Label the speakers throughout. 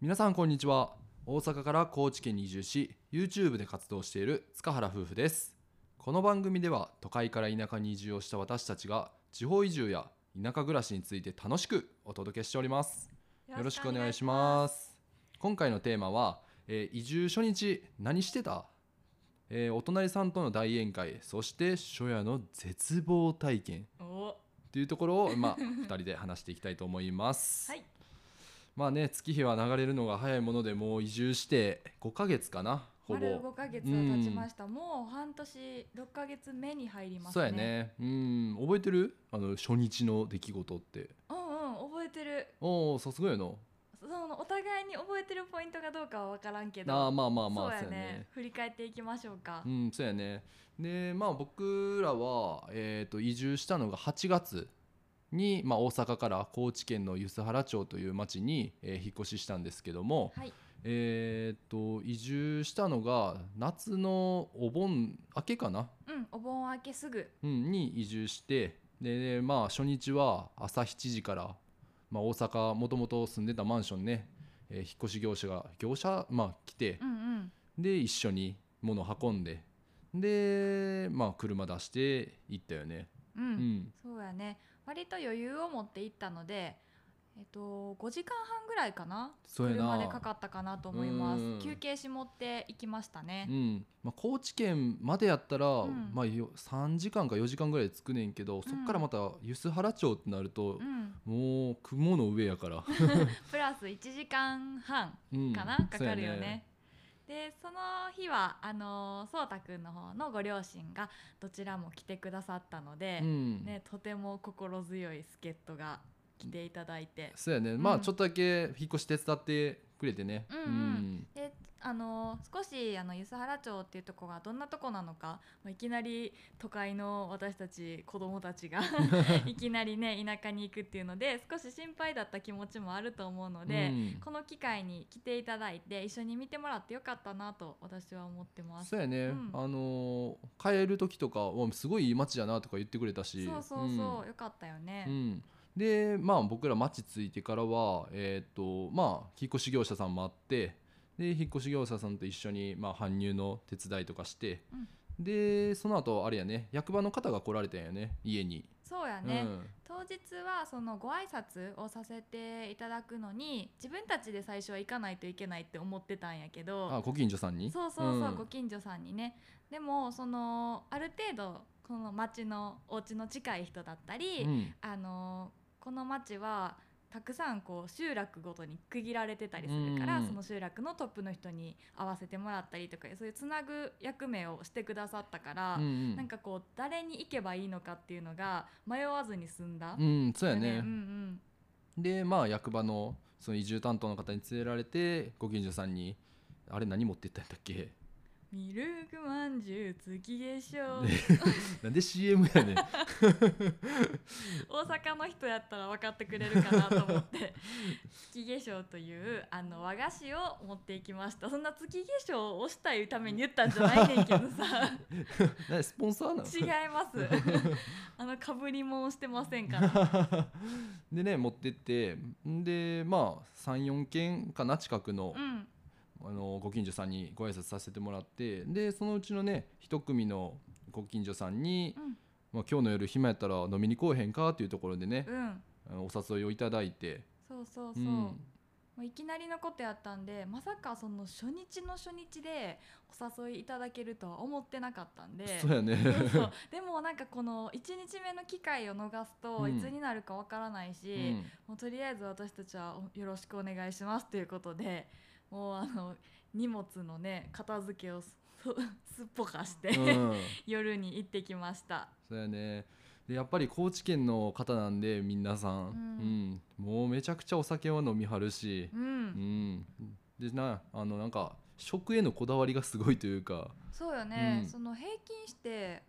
Speaker 1: 皆さんこんにちは大阪から高知県に移住し YouTube で活動している塚原夫婦ですこの番組では都会から田舎に移住をした私たちが地方移住や田舎暮らしについて楽しくお届けしておりますよろしくお願いします今回のテーマは、えー移住初日何してた、えーお隣さんとの大宴会そして初夜の絶望体験
Speaker 2: すお
Speaker 1: というところを、まあ、2人で話していきたいと思います、
Speaker 2: はい
Speaker 1: まあね月日は流れるのが早いものでもう移住して5ヶ月かなほぼ
Speaker 2: 丸5ヶ月が経ちました、もう半年6ヶ月目に入りますね
Speaker 1: そうやねうん覚えてるあの初日の出来事って
Speaker 2: うんうん覚えてる
Speaker 1: おおさすがやな
Speaker 2: そのお互いに覚えてるポイントがどうかは分からんけど
Speaker 1: あーまあまあまあ
Speaker 2: そうやね振り返っていきましょうか、
Speaker 1: うんそうやねでまあ僕らは、えー、と移住したのが8月に、まあ、大阪から高知県の梼原町という町に、えー引っ越ししたんですけども、
Speaker 2: はい
Speaker 1: えー、と移住したのが夏のお盆明けかな、
Speaker 2: うんお盆明けすぐ
Speaker 1: うん、に移住してで、まあ、初日は朝7時から、まあ、大阪もともと住んでたマンションね、えー引っ越し業者が業者、まあ、来て
Speaker 2: う、んうん
Speaker 1: で一緒に物運んでで、まあ、車出して行ったよね。
Speaker 2: うん、
Speaker 1: うん
Speaker 2: そうやね割と余裕を持って行ったのでえっと5時間半ぐらいかな
Speaker 1: そうやな
Speaker 2: 車でかかったかなと思いま
Speaker 1: うん
Speaker 2: す休憩しもって行きましたね
Speaker 1: うんまあ、高知県までやったら、
Speaker 2: ん
Speaker 1: まあ、よ3時間か4時間ぐらいで着くねんけどそっからまた梼原町ってなると
Speaker 2: う、ん
Speaker 1: もう雲の上やから、
Speaker 2: プラス1時間半
Speaker 1: うん
Speaker 2: かな、かかるよね。でその日はあのそうたくんの方のご両親がどちらも来てくださったので
Speaker 1: そうやね,、う、ん、
Speaker 2: ね、とても心強い助っ人が来ていただいて
Speaker 1: そうやねまあ
Speaker 2: うん
Speaker 1: ちょっとだけ引っ越し手伝ってくれてね
Speaker 2: うんうんであの少しあの梼原町っていうとこがどんなとこなのかまあいきなり都会の私たち子供たち がいきなりね田舎に行くっていうので少し心配だった気持ちもあると思うので、
Speaker 1: うん
Speaker 2: この機会に来ていただいて一緒に見てもらってよかったなと私は思ってます。
Speaker 1: そうやね、
Speaker 2: うん
Speaker 1: あのー帰る時とかわすごいいい街だなとか言ってくれたし
Speaker 2: そうそうそう、よかったよね
Speaker 1: う。んうんでまあ僕ら街着いてからはえーっとまあ引っ越し業者さんもあってで引っ越し業者さんと一緒に、まあ、搬入の手伝いとかして、でその後あれやね役場の方が来られたんやね家に。
Speaker 2: そうやね、
Speaker 1: うん
Speaker 2: 当日はそのご挨拶をさせていただくのに自分たちで最初は行かないといけないって思ってたんやけど
Speaker 1: あご近所さんに
Speaker 2: そうそうそう、
Speaker 1: ん
Speaker 2: ご近所さんにねでもそのある程度この町のお家の近い人だったり、
Speaker 1: うん
Speaker 2: あのこの町はたくさんこう集落ごとに区切られてたりするか
Speaker 1: う
Speaker 2: ら
Speaker 1: んうん
Speaker 2: その集落のトップの人に会わせてもらったりとかそういうつなぐ役目をしてくださったから
Speaker 1: うんうん
Speaker 2: なんかこう誰に行けばいいのかっていうのが迷わずに済んだ。
Speaker 1: うんそうやね、
Speaker 2: うんうん
Speaker 1: でまあ役場のその移住担当の方に連れられてご近所さんに「あれ何持ってったんだっけ?
Speaker 2: ミルクまんじゅう月化粧
Speaker 1: ね」なんで CM やねん
Speaker 2: 大阪の人やったら分かってくれるかなと思って月化粧というあの和菓子を持っていきましたそんな月化粧をしたいために言ったんじゃないねんけどさ
Speaker 1: 何スポンサーなの
Speaker 2: 違いますあのかぶりもんしてませんから
Speaker 1: でね持ってってんでまあ34軒かな近くの,、
Speaker 2: うん
Speaker 1: あのご近所さんにご挨拶させてもらってでそのうちのね一組のご近所さんに、
Speaker 2: うん
Speaker 1: まあ、今日の夜暇やったら飲みに来おへんかっていうところでね、
Speaker 2: うん
Speaker 1: あのお誘いをいただいて
Speaker 2: そうそうそう、もういきなりのことやったんでまさかその初日の初日でお誘いいただけるとは思ってなかったんで
Speaker 1: そうやね
Speaker 2: そうそうでもなんかこの1日目の機会を逃す
Speaker 1: う
Speaker 2: と
Speaker 1: ん
Speaker 2: いつになるかわからないし、
Speaker 1: うん
Speaker 2: もうとりあえず私たちはおよろしくお願いしますということでもうあの荷物のね片付けをす すっぽかして、
Speaker 1: うん
Speaker 2: 夜に行ってきました
Speaker 1: そうやねでやっぱり高知県の方なんで皆さん、うんもうめちゃくちゃお酒は飲みはるし、
Speaker 2: うん、
Speaker 1: うんでなあのなんか食へのこだわりがすごいというか
Speaker 2: そうよね、
Speaker 1: うん
Speaker 2: その平均して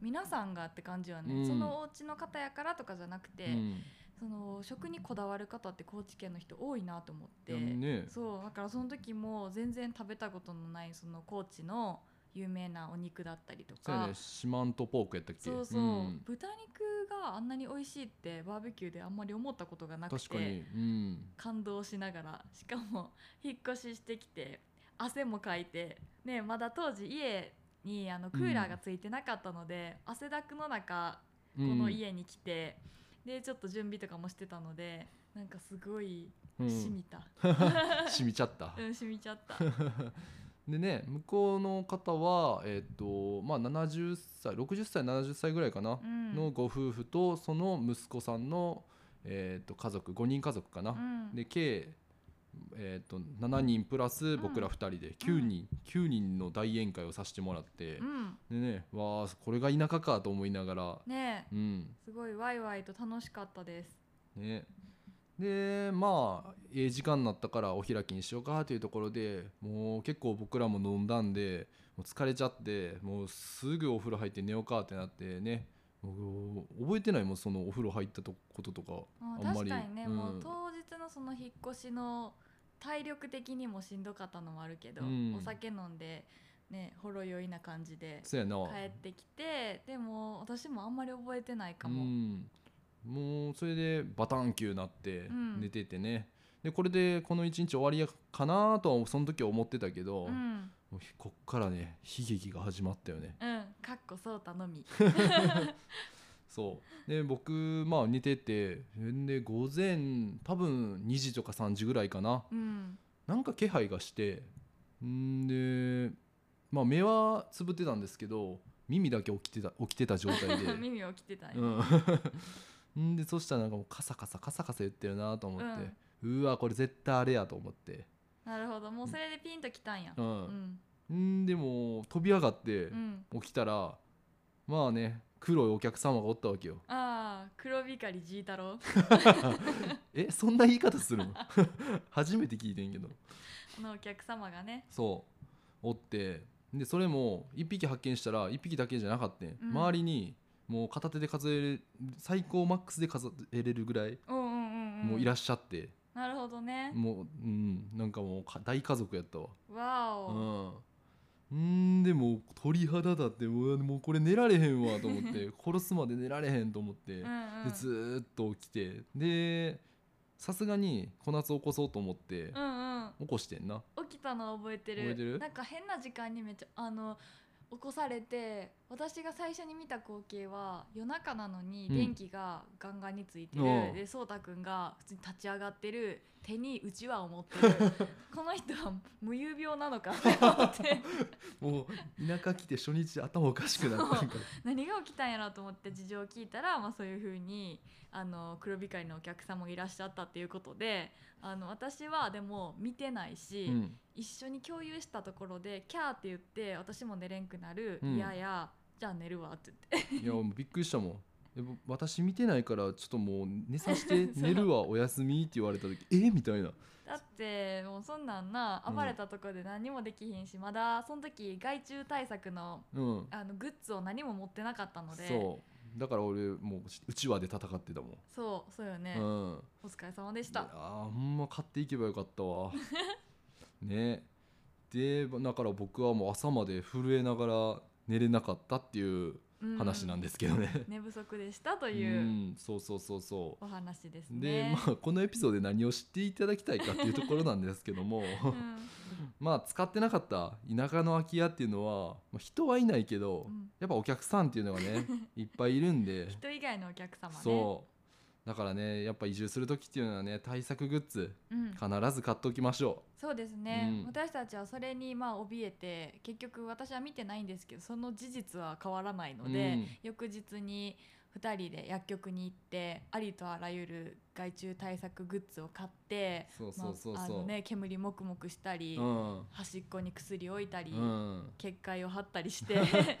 Speaker 2: 皆さんがって感じよね、
Speaker 1: うん
Speaker 2: そのお家の方やからとかじゃなくて、
Speaker 1: うん
Speaker 2: その食にこだわる方って高知県の人多いなと思っ
Speaker 1: い
Speaker 2: て、
Speaker 1: やね
Speaker 2: そうだからその時も全然食べたことのないその高知の有名なお肉だったりと
Speaker 1: そうや
Speaker 2: か
Speaker 1: ね四万十ポークやったっけ
Speaker 2: そうそう、
Speaker 1: ん
Speaker 2: 豚肉があんなに美味しいってバーベキューであんまり思ったことがなく
Speaker 1: 確か
Speaker 2: て
Speaker 1: にうん
Speaker 2: 感動しながらしかも 引っ越ししてきて汗もかいて、ね、まだ当時家にあのクーラーがついてなかったので、汗だくの中
Speaker 1: こ
Speaker 2: この家に来て、でちょっと準備とかもしてたのでなんかすごい
Speaker 1: うん
Speaker 2: 染みた、
Speaker 1: 染みちゃった
Speaker 2: うん、染みちゃった
Speaker 1: でね向こうの方はえっ、とまあ70歳60歳70歳ぐらいかな
Speaker 2: う、ん
Speaker 1: のご夫婦とその息子さんの、えー、と家族5人家族かな、
Speaker 2: うん
Speaker 1: で計、えー、と7人プラス僕ら2人で9人、9人の大宴会をさせてもらって
Speaker 2: う、ん、
Speaker 1: でねわあこれが田舎かと思いながら、
Speaker 2: ねえ
Speaker 1: うん
Speaker 2: すごいワイワイと楽しかったです
Speaker 1: ね、でまあええ時間になったからお開きにしようかというところでもう結構僕らも飲んだんでもう疲れちゃってもうすぐお風呂入って寝ようかってなってねもう覚えてないもんそのお風呂入ったとこととか
Speaker 2: あ
Speaker 1: あんま
Speaker 2: 確
Speaker 1: り
Speaker 2: かにね、
Speaker 1: うん
Speaker 2: もう当日のその引っ越しの体力的にもしんどかったのもあるけど、
Speaker 1: うん
Speaker 2: お酒飲んでねほろ酔いな感じで
Speaker 1: そうやな
Speaker 2: 帰ってきてでも私もあんまり覚えてないか
Speaker 1: う
Speaker 2: も、
Speaker 1: ん、もうそれでバタンキューなって
Speaker 2: うん
Speaker 1: 寝ててね、でこれでこの一日終わりやかなとはその時は思ってたけど、
Speaker 2: う
Speaker 1: も
Speaker 2: ん
Speaker 1: うこっからね悲劇が始まったよね
Speaker 2: うんかっこそうた のみ
Speaker 1: そうで僕まあ寝ててで午前多分2時とか3時ぐらいかな
Speaker 2: うん
Speaker 1: なんか気配がしてんでまあ目はつぶってたんですけど耳だけ起きてた起きてた状態で、
Speaker 2: 耳を切ってたね、
Speaker 1: うんんでそしたらなんかもうカサカサカサカサ言ってるなと思って、うわこれ絶対あれやと思って、
Speaker 2: なるほどもうそれでピンときたんや
Speaker 1: う
Speaker 2: うんん
Speaker 1: んでも飛び上がって
Speaker 2: うん
Speaker 1: 起きたら、まあね黒いお客様がおったわけよ
Speaker 2: ああ黒光りジー太郎
Speaker 1: えそんな言い方するの 初めて聞いてんけど
Speaker 2: のお客様がね
Speaker 1: そうおってでそれも1匹発見したら1匹だけじゃなかった、ん
Speaker 2: うん
Speaker 1: 周りにもう片手で数えれ最高マックスで数えれるぐらい、
Speaker 2: うんうんうん、うん、
Speaker 1: もういらっしゃって
Speaker 2: なるほどね
Speaker 1: もううんなんかもうか大家族やったわ
Speaker 2: わお、
Speaker 1: うんんでもう鳥肌だってうわもうこれ寝られへんわと思って 殺すまで寝られへんと思って、
Speaker 2: うんうん
Speaker 1: でずーっと起きてでさすがに小夏起こそうと思って
Speaker 2: うんうん
Speaker 1: 起こしてんな
Speaker 2: 起きたの覚えてる
Speaker 1: 覚えてる
Speaker 2: なんか変な時間にめっちゃあの起こされて私が最初に見た光景は夜中なのに
Speaker 1: うん
Speaker 2: 電気がガンガンについてる、
Speaker 1: おう
Speaker 2: でそうたくんが普通に立ち上がってる手にうちわを持ってる この人は無遊病なのかって思って
Speaker 1: もう田舎来て初日頭おかしくなったんか
Speaker 2: 何が起きたんやろうと思って事情を聞いたら、まあ、そういうふうにあの黒光りのお客様がいらっしゃったっていうことであの私はでも見てないし。
Speaker 1: ら、うん、
Speaker 2: 一緒に共有したところで「キャー」って言って私も寝れんくなる「
Speaker 1: うん
Speaker 2: いやいやじゃあ寝るわ」って言って
Speaker 1: いやもうびっくりしたもんでも私見てないからちょっともう寝させて
Speaker 2: そう
Speaker 1: 寝るわおやすみって言われた時えみたいな
Speaker 2: だってもうそんなんな暴れたところで何もできひんし、まだその時害虫対策の
Speaker 1: うん
Speaker 2: あのグッズを何も持ってなかったので
Speaker 1: そうだから俺もううちわで戦ってたもん、
Speaker 2: そうそうよね、
Speaker 1: うん
Speaker 2: お疲れ様でし
Speaker 1: い
Speaker 2: た
Speaker 1: やーほんま買っていけばよかった わねでだから僕はもう朝まで震えながら寝れなかったっていう話なんですすけどね、
Speaker 2: 寝不足でしたと
Speaker 1: う
Speaker 2: いうん
Speaker 1: そうそうそうそう
Speaker 2: お話です
Speaker 1: で、
Speaker 2: ね
Speaker 1: まあ、このエピソードで何を知っていただきたいかっていうところなんですけども、
Speaker 2: うん
Speaker 1: まあ使ってなかった田舎の空き家っていうのは、まあ、人はいないけど、
Speaker 2: うん
Speaker 1: やっぱお客さんっていうのが ねいっぱいいるんで、
Speaker 2: 人以外のお客様ね
Speaker 1: そうだからねやっぱ移住する時っていうのはね対策グッズ
Speaker 2: うん
Speaker 1: 必ず買っておきましょ
Speaker 2: そうですね、
Speaker 1: うん
Speaker 2: 私たちはそれにまあ怯えて結局私は見てないんですけどその事実は変わらないので、
Speaker 1: うん
Speaker 2: 翌日に2人で薬局に行ってありとあらゆる害虫対策グッズを買って
Speaker 1: そうそうそうそう
Speaker 2: まああのね、煙もくもくしたり、
Speaker 1: う。うん
Speaker 2: 端っこに薬置いたり、
Speaker 1: うん
Speaker 2: 結界を張ったりして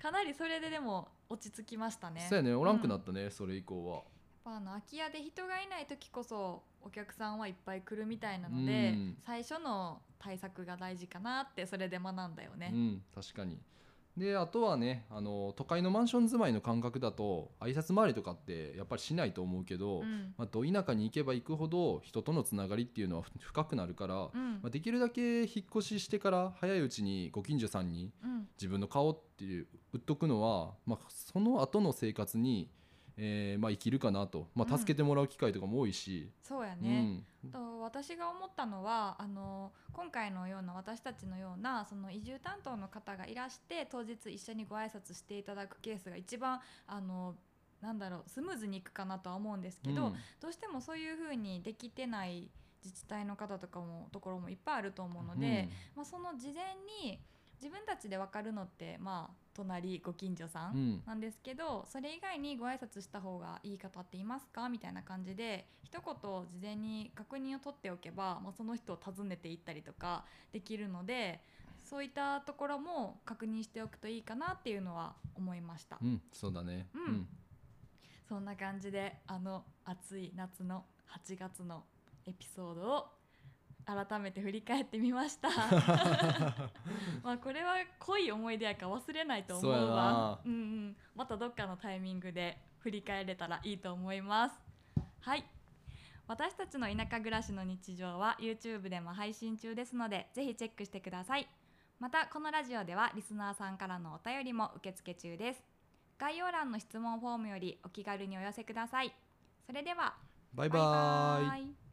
Speaker 2: かなりそれででも落ち着きましたね。
Speaker 1: そうやねおらんくなったね、それ以降は。
Speaker 2: やっぱあの空き家で人がいない時こそお客さんはいっぱい来るみたいなので、
Speaker 1: うん
Speaker 2: 最初の対策が大事かなってそれで学んだよね
Speaker 1: う。ん、確かにであとはねあの都会のマンション住まいの感覚だと挨拶回りとかってやっぱりしないと思うけど、
Speaker 2: うん
Speaker 1: まあ、ど田舎に行けば行くほど人とのつながりっていうのは ふ深くなるから、ま
Speaker 2: うん
Speaker 1: あ、できるだけ引っ越ししてから早いうちにご近所さんに
Speaker 2: うん
Speaker 1: 自分の顔っていう売っとくのは、まあ、その後の生活に、えーまあ、生きるかなと、ま
Speaker 2: う
Speaker 1: あ、
Speaker 2: ん
Speaker 1: 助けてもらう機会とかも多いし、
Speaker 2: そうや
Speaker 1: うん
Speaker 2: ね、と私が思ったのはあの今回のような私たちのようなその移住担当の方がいらして当日一緒にご挨拶していただくケースが一番あのなんだろうスムーズにいくかなとは思うんですけど、
Speaker 1: うん
Speaker 2: どうしてもそういうふうにできてない自治体の方とかもところもいっぱいあると思うので、まあ、その事前に自分たちで分かるのってまあ隣ご近所さ
Speaker 1: うんん
Speaker 2: なんですけどそれ以外にご挨拶した方がいい方っていますかみたいな感じで一言事前に確認を取っておけば、まあ、その人を訪ねていったりとかできるのでそういったところも確認しておくといいかなっていうのは思いました
Speaker 1: う。んそうだね、
Speaker 2: うんそんな感じであの暑い夏の8月のエピソードを改めて振り返ってみました まあこれは濃い思い出やから忘れないと思う
Speaker 1: そうや
Speaker 2: わ
Speaker 1: な
Speaker 2: うんうん、またどっかのタイミングで振り返れたらいいと思いますはい私たちの田舎暮らしの日常は YouTube でも配信中ですのでぜひチェックしてくださいまたこのラジオではリスナーさんからのお便りも受付中です概要欄の質問フォームよりお気軽にお寄せくださいそれでは
Speaker 1: バイバーイ
Speaker 2: イ